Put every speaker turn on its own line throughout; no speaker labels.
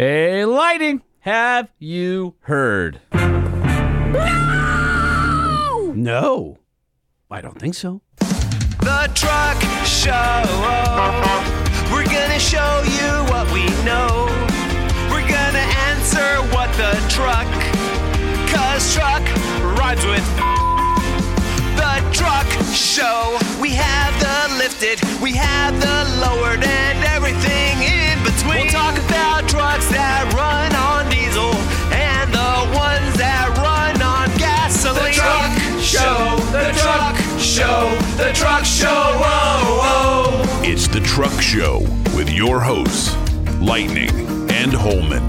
Hey, lighting, have you heard?
No, I don't think so.
The Truck Show. We're gonna show you what we know. We're gonna answer what the truck. Cause truck rhymes with the truck show. We have the lifted, we have the lowered, and everything in between. We'll talk about trucks that run on diesel and the ones that run on gasoline. The truck show, the truck show, the truck show. Whoa, whoa.
It's The Truck Show with your hosts, Lightning and Holman.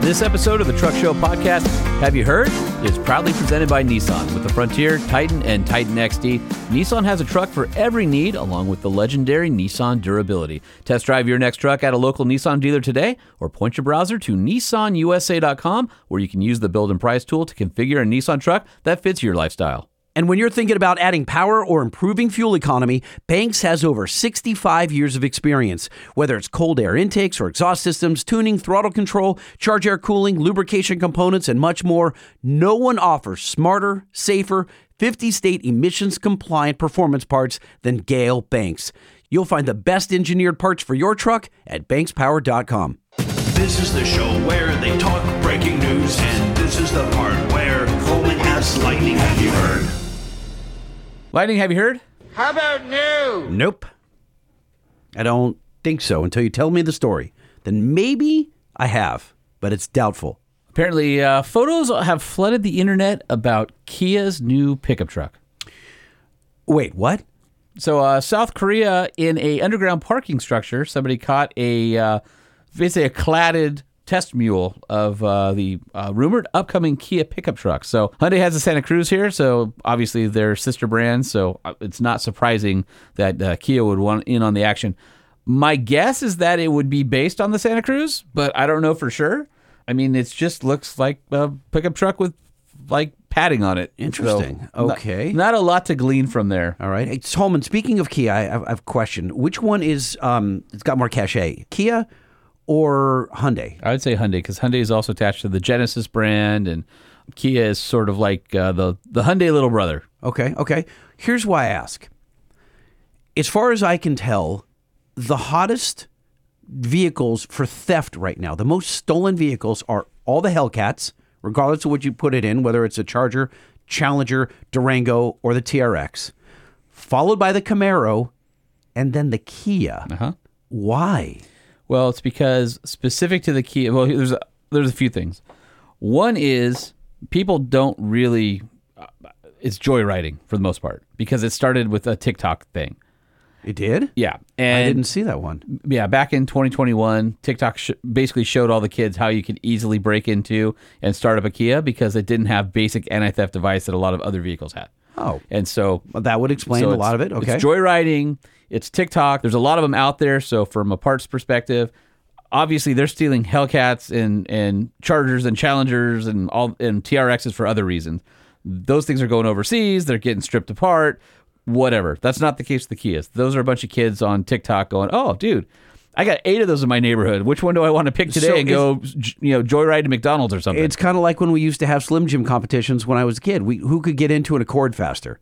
This episode of the Truck Show podcast, Have You Heard, is proudly presented by Nissan with the Frontier, Titan, and Titan XD. Nissan has a truck for every need, along with the legendary Nissan durability. Test drive your next truck at a local Nissan dealer today, or point your browser to nissanusa.com, where you can use the build and price tool to configure a Nissan truck that fits your lifestyle.
And when you're thinking about adding power or improving fuel economy, Banks has over 65 years of experience. Whether it's cold air intakes or exhaust systems, tuning, throttle control, charge air cooling, lubrication components, and much more, no one offers smarter, safer, 50 state emissions compliant performance parts than Gale Banks. You'll find the best engineered parts for your truck at bankspower.com.
This is the show where they talk breaking news, and this is the part where Coleman asks Lightning, "Have you heard?"
Lightning, have you heard?
How about new?
Nope. I don't think so until you tell me the story. Then maybe I have, but it's doubtful.
Apparently, uh, photos have flooded the internet about Kia's new pickup truck.
Wait, what?
So, uh, South Korea, in a underground parking structure, somebody caught a uh, basically a cladded test mule of uh, the uh, rumored upcoming Kia pickup truck. So, Hyundai has a Santa Cruz here, so obviously they're sister brands. So, uh, it's not surprising that uh, Kia would want in on the action. My guess is that it would be based on the Santa Cruz, but I don't know for sure. I mean, it just looks like a pickup truck with like padding on it. So,
Interesting.
not-
Okay.
not a lot to glean from there.
All right. Hey, Holman, speaking of Kia, I, I've, I've questioned which one is um, it's got more cachet, Kia or Hyundai?
I would say Hyundai because Hyundai is also attached to the Genesis brand, and Kia is sort of like uh, the the Hyundai little brother.
Okay, okay. Here's why I ask. As far as I can tell, the hottest vehicles for theft right now, the most stolen vehicles are all the Hellcats, regardless of what you put it in, whether it's a Charger, Challenger, Durango, or the TRX, followed by the Camaro, and then the Kia. Uh-huh. Why?
Well, it's because specific to the Kia. Well, there's a, there's a few things. One is people don't really. uh, It's joyriding for the most part because it started with a TikTok thing.
It did?
Yeah, and
I didn't see that one.
yeah, back in 2021, TikTok sh- basically showed all the kids how you could easily break into and start up a Kia because it didn't have basic anti-theft device that a lot of other vehicles had.
Oh.
And so
Well, that would explain
so
a
it's-
lot of it. Okay.
It's joyriding. It's TikTok. There's a lot of them out there. So from a parts perspective, obviously they're stealing Hellcats and and Chargers and Challengers and all and TRXs for other reasons. Those things are going overseas. They're getting stripped apart. Whatever. That's not the case with the Kias. Those are a bunch of kids on TikTok going, "Oh, dude." I got eight of those in my neighborhood. Which one do I want to pick today
So
and go, j- you know, joyride to McDonald's or something?
It's kind of like when we used to have Slim Jim competitions when I was a kid. We who could get into an Accord faster.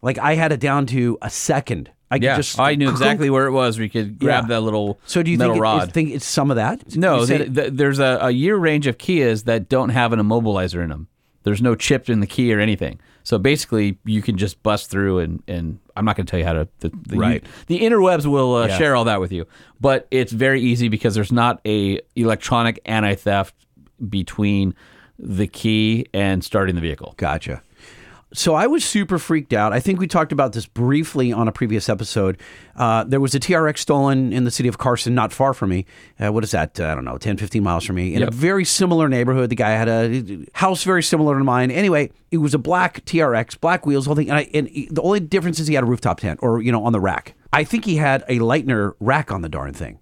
Like I had it down to a second. I could
yeah,
just
I knew exactly where it was. where you could grab
Yeah.
that little
So do you
metal
think, it-
rod.
you think it's some of that?
No,
You said
th- th- there's a, a year range of Kias that don't have an immobilizer in them. There's no chip in the key or anything. So basically, you can just bust through and, and I'm not going to tell you how to. The, the,
Right.
the interwebs will uh, share all that with you. But it's very easy because there's not a electronic anti theft between the key and starting the vehicle.
Gotcha. So I was super freaked out. I think we talked about this briefly on a previous episode. Uh, there was a TRX stolen in the city of Carson, not far from me. Uh, what is that? Uh, I don't know, 10, 15 miles from me, in a
Yep.
very similar neighborhood. The guy had a house very similar to mine. Anyway, it was a black TRX, black wheels, whole thing. And, I, and he- the only difference is he had a rooftop tent or, you know, on the rack. I think he had a Lightner rack on the darn thing.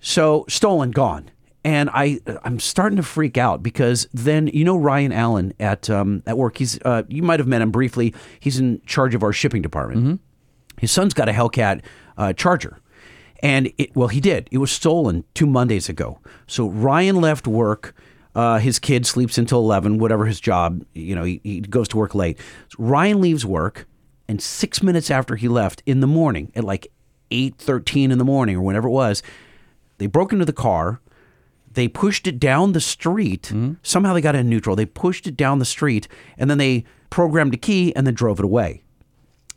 So stolen, gone. And I, I'm starting to freak out because then you know Ryan Allen at um, at work. He's uh, you might have met him briefly. He's in charge of our shipping department. His son's got a Hellcat uh, Charger, And it, well, he did. It was stolen two Mondays ago. So Ryan left work. Uh, his kid sleeps until 11, whatever his job, you know, he, he goes to work late. So Ryan leaves work. And six minutes after he left in the morning at like 8.13 in the morning or whenever it was, they broke into the car. They pushed it down the street. Somehow they got it in neutral. They pushed it down the street and then they programmed a key and then drove it away.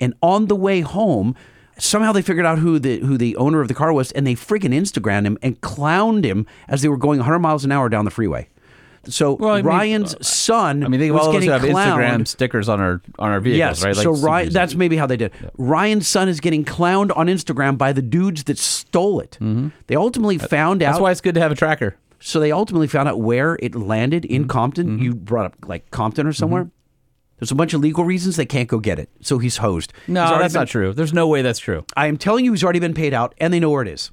And on the way home, somehow they figured out who the who the owner of the car was, and they freaking Instagrammed him and clowned him as they were going 100 miles an hour down the freeway. So
I mean, uh,
Ryan's son
I mean, think of
was
all of us
getting
who have
clowned.
Instagram stickers on our on our vehicles,
Yes,
right?
so
Like,
Ryan, that's maybe how they did. it. Ryan's son is getting clowned on Instagram by the dudes that stole it. They ultimately found out.
Mm-hmm. that's why it's good to have a tracker.
So they ultimately found out where it landed in
Mm-hmm.
Compton. You brought up like Compton or somewhere. There's a bunch of legal reasons they can't go get it. So he's hosed.
No,
He's already
that's
been-
not true. There's no way that's true.
I am telling you, he's already been paid out, and they know where it is.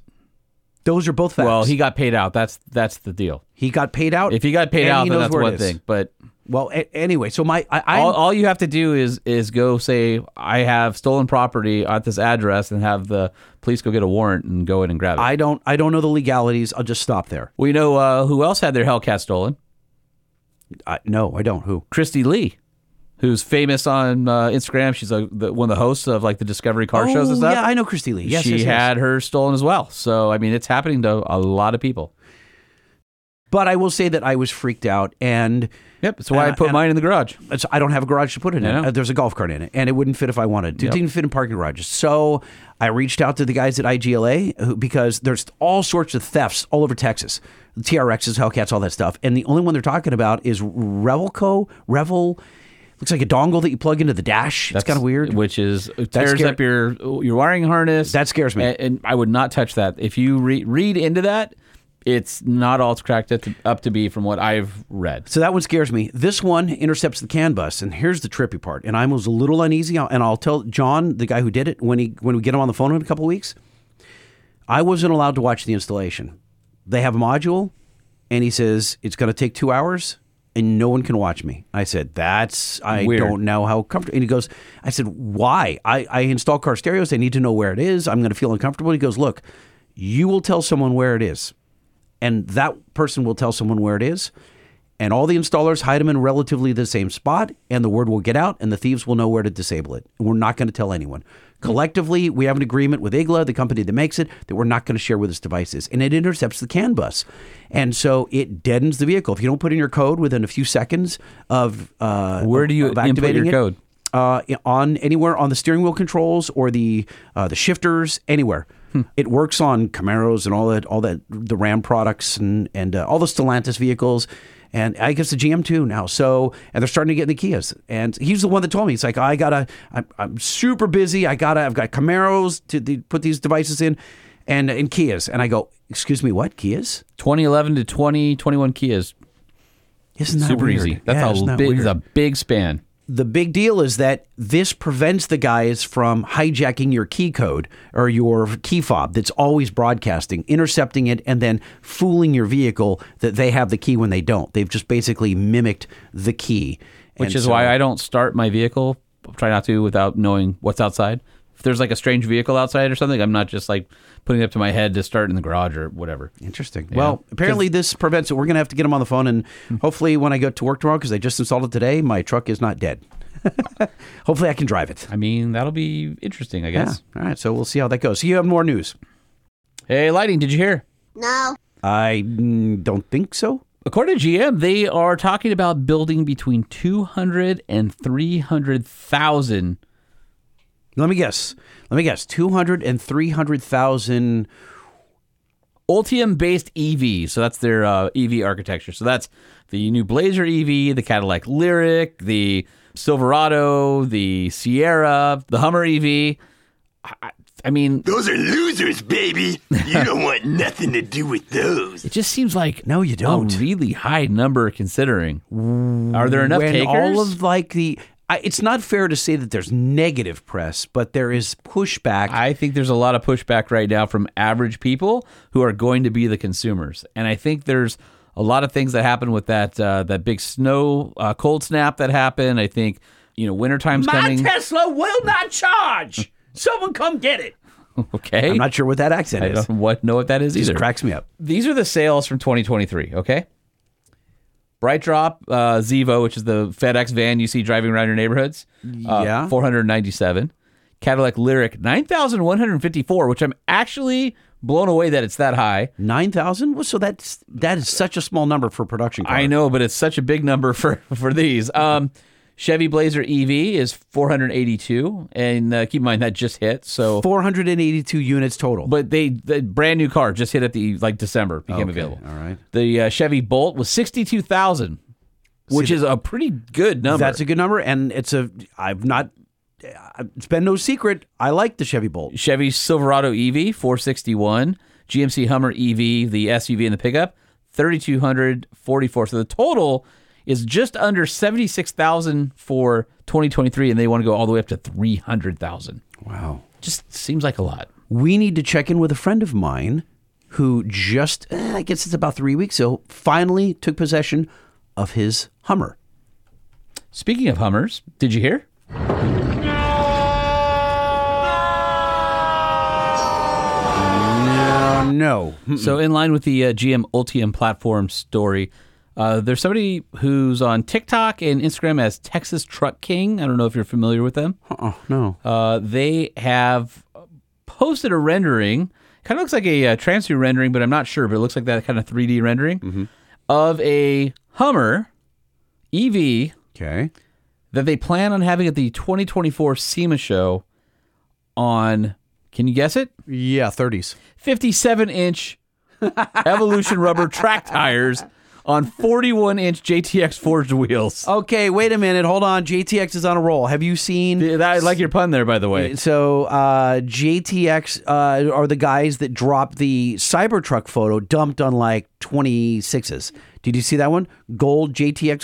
Those are both facts.
Well, he got paid out. That's that's the deal.
he got paid out.
If he got paid
and
out,
he
then
knows
that's
where it
one
is.
thing. But
Well, a- anyway, so my I, I'm-
all, all you have to do is is go say I have stolen property at this address and have the police go get a warrant and go in and grab it.
I don't I don't know the legalities. I'll just stop there.
we know uh, who else had their Hellcat stolen.
I, no, I don't. Who?
Christy Lee, who's famous on uh, Instagram. She's like the, one of the hosts of like the Discovery Car shows and
Oh,
stuff.
yeah, I know Christy Lee. Yes,
she
yes, yes.
had her stolen as well. So I mean, it's happening to a lot of people.
But I will say that I was freaked out, and
Yep, that's why
And
I
I-
put
and I-
mine in the garage.
it's, I don't have a garage to put it in.
Yeah.
Uh, there's a golf cart in it, and it wouldn't fit if I wanted to. It didn't fit in parking garages. So I reached out to the guys at IGLA who, because there's all sorts of thefts all over Texas. TRXs, Hellcats, all that stuff. And the only one they're talking about is Revelco. Revel looks like a dongle that you plug into the dash. It's kind of weird.
Which is it tears
scary.
up your your wiring harness.
That scares me.
And, and I would not touch that. If you re- read into that, it's not all it's cracked up to, up to be from what I've read.
So that one scares me. This one intercepts the CAN bus, and here's the trippy part. And I was a little uneasy, and I'll tell John, the guy who did it, when he when we get him on the phone in a couple of weeks. I wasn't allowed to watch the installation. They have a module, and he says it's going to take two hours, and no one can watch me. I said that's I
Weird.
don't know how comfortable. And he goes, I said why? I I install car stereos. They need to know where it is. I'm going to feel uncomfortable. He goes, look, you will tell someone where it is and that person will tell someone where it is. And all the installers hide them in relatively the same spot, and the word will get out, and the thieves will know where to disable it. We're not going to tell anyone. Collectively, we have an agreement with IGLA, the company that makes it, that we're not going to share where this device is. And it intercepts the CAN bus. And so it deadens the vehicle. If you don't put in your code within a few seconds of. Uh,
Where do you
of
input
activating
your
it,
code?
uh, on anywhere on the steering wheel controls or the uh, the shifters anywhere.
Hmm.
It works on Camaros and all that, all that the Ram products and and uh, all the Stellantis vehicles, and I guess the GM too now. So and they're starting to get in the Kias. And he's the one that told me. He's like, I gotta, I'm, I'm super busy. I gotta, I've got Camaros to, to put these devices in, and and Kias. And I go, excuse me, what Kias?
2011 to 2021 Kias,
Isn't that
super
weird?
easy. That's
Yeah,
a
isn't that
big,
weird?
it's a big span.
the big deal is that this prevents the guys from hijacking your key code or your key fob that's always broadcasting, intercepting it, and then fooling your vehicle that they have the key when they don't. They've just basically mimicked the key.
which is why I don't start my vehicle. Try not to without knowing what's outside. If there's like a strange vehicle outside or something, I'm not just like putting it up to my head to start in the garage or whatever.
Interesting. Well, apparently this prevents it. We're going to have to get him on the phone, and
Hmm.
hopefully, when I go to work tomorrow, because I just installed it today, my truck is not dead. hopefully, I can drive it.
I mean, that'll be interesting, I
Yeah.
guess.
All right. So we'll see how that goes. So you have more news?
Hey, lighting, did you hear?
No.
I mm, don't think so.
According to GM, they are talking about building between 200 and 300,000.
Let me guess. Let me guess. 200 and 300,000.
Ultium based EV. E So that's their uh, EV architecture. So that's the new Blazer EV, the Cadillac Lyric, the Silverado, the Sierra, the Hummer EV. I, I mean,
Those are losers, baby. You don't want nothing to do with those.
it just seems like
No, you don't.
a really high number considering. Are there enough
when
takers?
all of like the. I, it's not fair to say that there's negative press, but there is pushback.
I think there's a lot of pushback right now from average people who are going to be the consumers, and I think there's a lot of things that happen with that uh, that big snow uh, cold snap that happened. I Ah, think you know wintertime's coming.
Tesla will not charge. Someone come get it.
Okay.
I'm not sure what that accent
I
is.
don't what, know what that is either.
Just cracks me up.
These are the sales from 2023. Okay. Bright Drop uh, Zevo, which is the FedEx van you see driving around your neighborhoods. uh,
Yeah.
497. Cadillac Lyric 9,154, which I'm actually blown away that it's that high.
Nine thousand. So that's that is such a small number for a production. Car.
I know, but it's such a big number for for these. Um, Chevy Blazer EV is 482, and uh, keep in mind that just hit. So,
Four hundred and eighty-two units total.
but they the brand new car just hit at the like December became
Okay,
available.
all right.
the uh, Chevy Bolt was 62,000, which is a pretty good number.
that's a good number, and it's a. I've not. It's been no secret. I like the Chevy Bolt.
Chevy Silverado E EV 461, GMC Hummer EV, the SUV and the pickup 3244. So the total is just under 76,000 for 2023 and they want to go all the way up to 300,000.
Wow.
Just seems like a lot.
we need to check in with a friend of mine who just, eh, I guess it's about three weeks ago, finally took possession of his Hummer.
Speaking of Hummers, did you hear?
Uh, no.
So, in line with the uh, GM Ultium platform story, uh, there's somebody who's on TikTok and Instagram as Texas Truck King. I don't know if you're familiar with them.
Oh, no.
Uh, they have posted a rendering, kind of looks like a, uh transfer rendering, but I'm not sure, but it looks like that kind of 3D rendering of a Hummer EV
Okay.
that they plan on having at the 2024 SEMA show on, can you guess it?
Yeah, 30s.
57 inch Evolution rubber track tires on 41 inch JTX forged wheels.
Okay, wait a minute. Hold on. JTX is on a roll. Have you seen.
Yeah, that- I like your pun there, by the way.
So, uh, JTX uh, are the guys that dropped the Cybertruck photo dumped on like 26s. Did you see that one? Gold JTX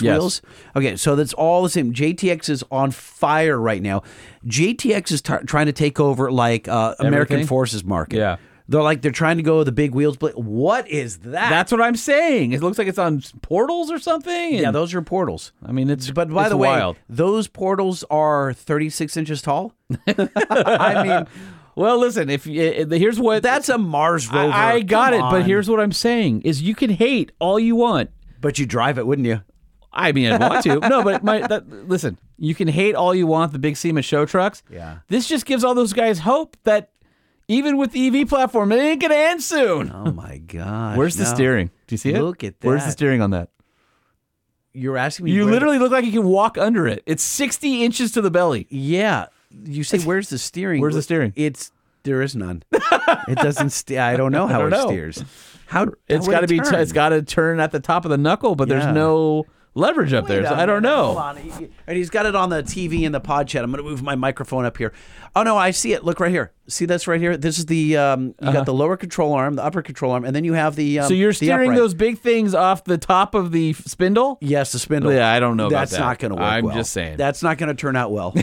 Yes.
wheels? Okay, so that's all the same. JTX is on fire right now. JTX is t- trying to take over like uh, American
Everything?
Forces market.
Yeah.
They're like, they're trying to go with the big wheels. But what is that?
That's what I'm saying. It looks like it's on portals or something. and-
yeah, those are portals.
I mean, it's
But by
it's
the way,
wild.
those portals are 36 inches tall. I mean,
Well, listen. If eh, eh, here's what
that's a Mars
I,
rover.
I got
Come
it, but
on.
here's what I'm saying: is you can hate all you want.
But you drive it, wouldn't you?
I mean, I want to. No, but my that, listen, you can hate all you want the big SEMA show trucks.
Yeah.
This just gives all those guys hope that even with the EV platform, it ain't gonna end soon.
Oh my god!
Where's the
no.
steering? Do you see it?
Look at
Where's the
that.
steering on that?
You're asking me.
You
where-
literally look like you can walk under it. It's 60 inches to the belly.
Yeah. You say where's the steering?
Where's the steering?
It's there is none. it doesn't. St- I don't know how
don't
it
know.
steers. How
It's
got to
be. T- it's got to turn at the top of the knuckle, but
Yeah.
there's no leverage up there. So I don't know.
And he's got it on the TV in the pod chat. I'm going to move my microphone up here. Oh no, I see it. Look right here. See this right here. This is the um, you got the lower control arm, the upper control arm, and then you have the. Um,
Uh-huh. So you're
the
steering
upright.
those big things off the top of the f- spindle?
Yes, the spindle.
Yeah, I don't know about
That's
that.
not going to work.
I'm
well.
just saying.
That's not going to turn out well.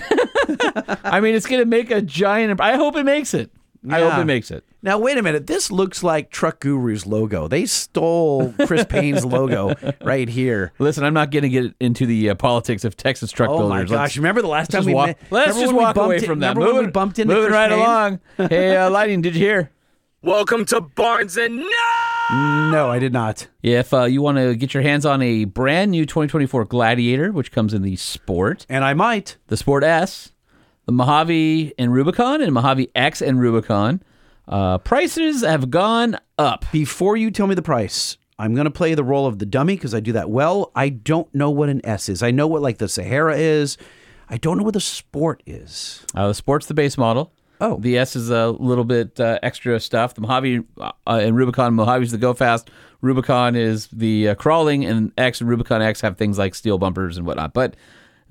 I mean, it's going to make a giant. imp- I hope it makes it. I
Yeah.
hope it makes it.
Now wait a minute. This looks like Truck Guru's logo. They stole Chris Payne's logo right here.
Listen, I'm not going to get into the uh, politics of Texas truck
Oh my
builders.
gosh! Remember the last time
Let's just
we
walk,
met?
let's
remember
just
when we
walk
bumped
away
in-
from that.
Remember when we
Moving-
bumped into
moving
Chris
right
Payne?
along. Hey, uh, Lightning, did you hear?
Welcome to Barnes and
No, I did not.
If uh, you want to get your hands on a brand new 2024 Gladiator, which comes in the Sport,
And I might.
the Sport S, the Mojave and Rubicon, and Mojave X and Rubicon, uh, prices have gone up.
Before you tell me the price, I'm going to play the role of the dummy because I do that well. I don't know what an S is. I know what like the Sahara is. I don't know what the sport is.
Uh, the Sport's the base model.
Oh.
The S is a little bit uh, extra stuff. The Mojave uh, and Rubicon, Mojave's the go fast. Rubicon is the uh, crawling, and X and Rubicon X have things like steel bumpers and whatnot. But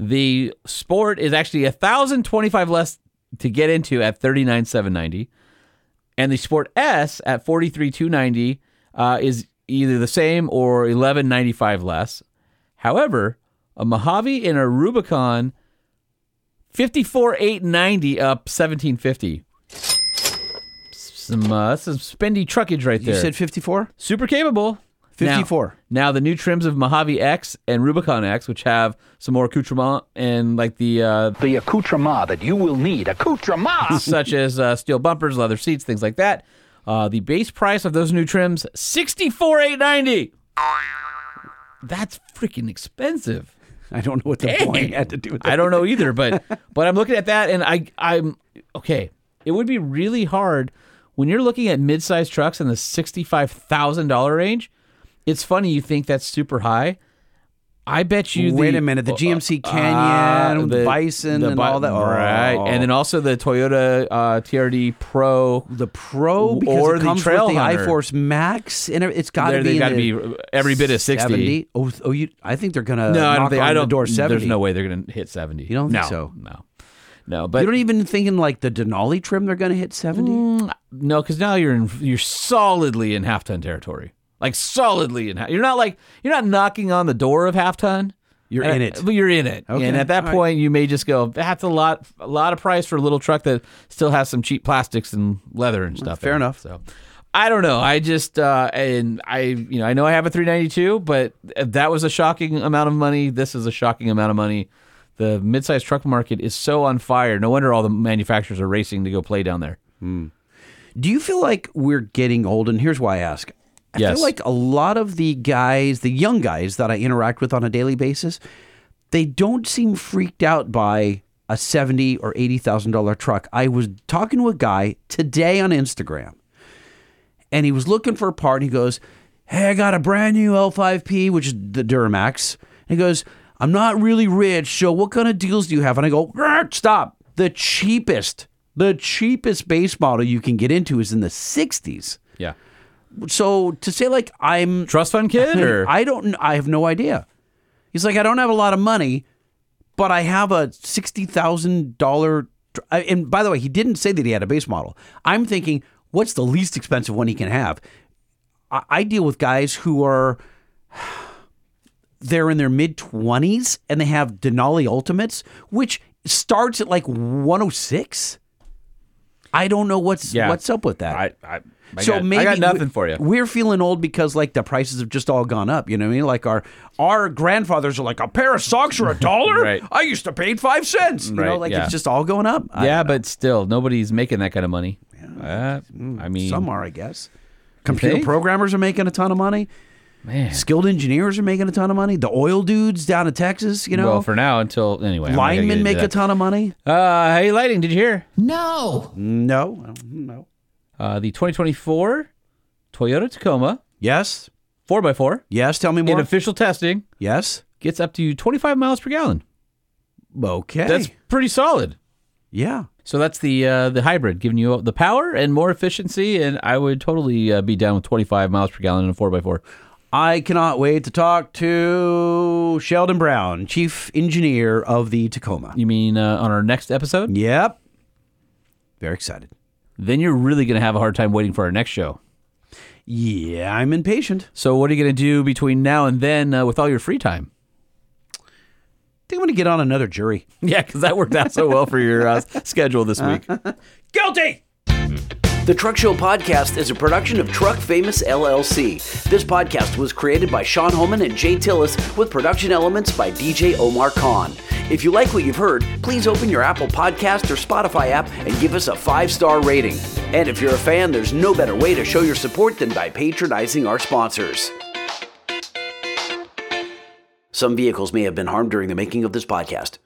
the Sport is actually a thousand twenty five less to get into at thirty nine seven ninety, and the Sport S at forty three two ninety uh, is either the same or eleven ninety five less. However, a Mojave and a Rubicon. 54 890 up 1750 some uh, that's some spendy truckage right there
You said 54?
super capable Now-
54.
Now, the new trims of Mojave X and Rubicon X, which have some more accoutrement and like the uh,
The accoutrement that you will need. Accoutrement!
such as uh, steel bumpers, leather seats, things like that. Uh, the base price of those new trims sixty four eight ninety. That's freaking expensive.
I don't know what the point had to do with that.
I don't know either, but but I'm looking at that and I I'm okay. It would be really hard when you're looking at mid-sized trucks in the sixty-five thousand dollar range. It's funny you think that's super high. I bet you.
Wait
the- uh,
a minute, the GMC Canyon, the Bison and
Bi-
all that.
right?
Oh.
And then also the Toyota uh, TRD Pro.
The Pro oh, because
Oh, Or
it
the
comes with the
Trailhunter.
iForce Max, and it's got to
They're-
be.
they've
got to
gotta be every bit of 60.
Oh, oh, you? I think they're gonna.
no,
knock
I don't think
on
I don't.
The door seventy.
There's no way they're going to hit seventy. You
don't think
no,
so?
No, no. But
You don't even thinking like the Denali trim. They're gonna hit seventy.
No, because now you're in you're solidly in half ton territory. Like solidly in half. You're not like you're not knocking on the door of half ton.
You're
And-
in it.
But you're in it.
Okay,
And at that
all right.
point, you may just go. That's a lot. A lot of price for a little truck that still has some cheap plastics and leather and stuff.
fair
in it.
enough.
So. I don't know. I just uh, and I, you know, I know I have a 392, but that was a shocking amount of money. This is a shocking amount of money. The midsize truck market is so on fire. No wonder all the manufacturers are racing to go play down there.
Do you feel like we're getting old? And here's why I ask. I
Yes.
feel like a lot of the guys, the young guys that I interact with on a daily basis, they don't seem freaked out by a seventy or eighty thousand dollar truck. I was talking to a guy today on Instagram, and he was looking for a part. And he goes, "Hey, I got a brand new L5P, which is the Duramax." And he goes, "I'm not really rich, so what kind of deals do you have?" And I go, "Grr, "Stop! The cheapest, the cheapest base model you can get into is in the '60s."
Yeah.
So to say like I'm
Trust fund kid or
I don't. kn- I have no idea. He's like, I don't have a lot of money, but I have a sixty thousand dollar. And by the way, he didn't say that he had a base model. I'm thinking, what's the least expensive one he can have? I, I deal with guys who are they're in their mid twenties and they have Denali Ultimates, which starts at like one oh six. I don't know what's
Yeah.
what's up with that
I, I, I
so
got,
maybe
I got nothing
we-
for you.
We're feeling old because like the prices have just all gone up. You know what I mean? Like our our grandfathers are like a pair of socks are a dollar.
Right.
I used to pay five cents. You know,
Right,
like
yeah.
it's just all going up. I-
yeah, but still, nobody's making that kind of money. Uh, I mean,
some are, I guess. Computer
think?
programmers are making a ton of money.
man.
Skilled engineers are making a ton of money. The oil dudes down in Texas, you know,
well, for now, until anyway, I'm not gonna get
linemen
into
make a
that.
ton of money.
Uh, hey, lighting, did you hear?
No, I don't- no.
Uh, the 2024 Toyota Tacoma
Yes,
4x4
yes. Tell me
in
more.
official testing
yes.
gets up to 25 miles per gallon.
Okay.
That's pretty solid.
yeah.
So that's the uh, the hybrid giving you the power and more efficiency, and I would totally uh, be down with 25 miles per gallon in a 4x4.
I cannot wait to talk to Sheldon Brown, chief engineer of the Tacoma.
You mean uh, on our next episode?
Yep. Very excited.
Then you're really going to have a hard time waiting for our next show.
Yeah, I'm impatient.
So what are you going to do between now and then uh, with all your free time?
I think I'm going to get on another jury.
Yeah, because that worked out so well for your uh, schedule this week.
Guilty!
The Truck Show Podcast is a production of Truck Famous LLC. This podcast was created by Sean Holman and Jay Tillis with production elements by DJ Omar Khan. If you like what you've heard, please open your Apple Podcast or Spotify app and give us a five star rating. And if you're a fan, there's no better way to show your support than by patronizing our sponsors. Some vehicles may have been harmed during the making of this podcast.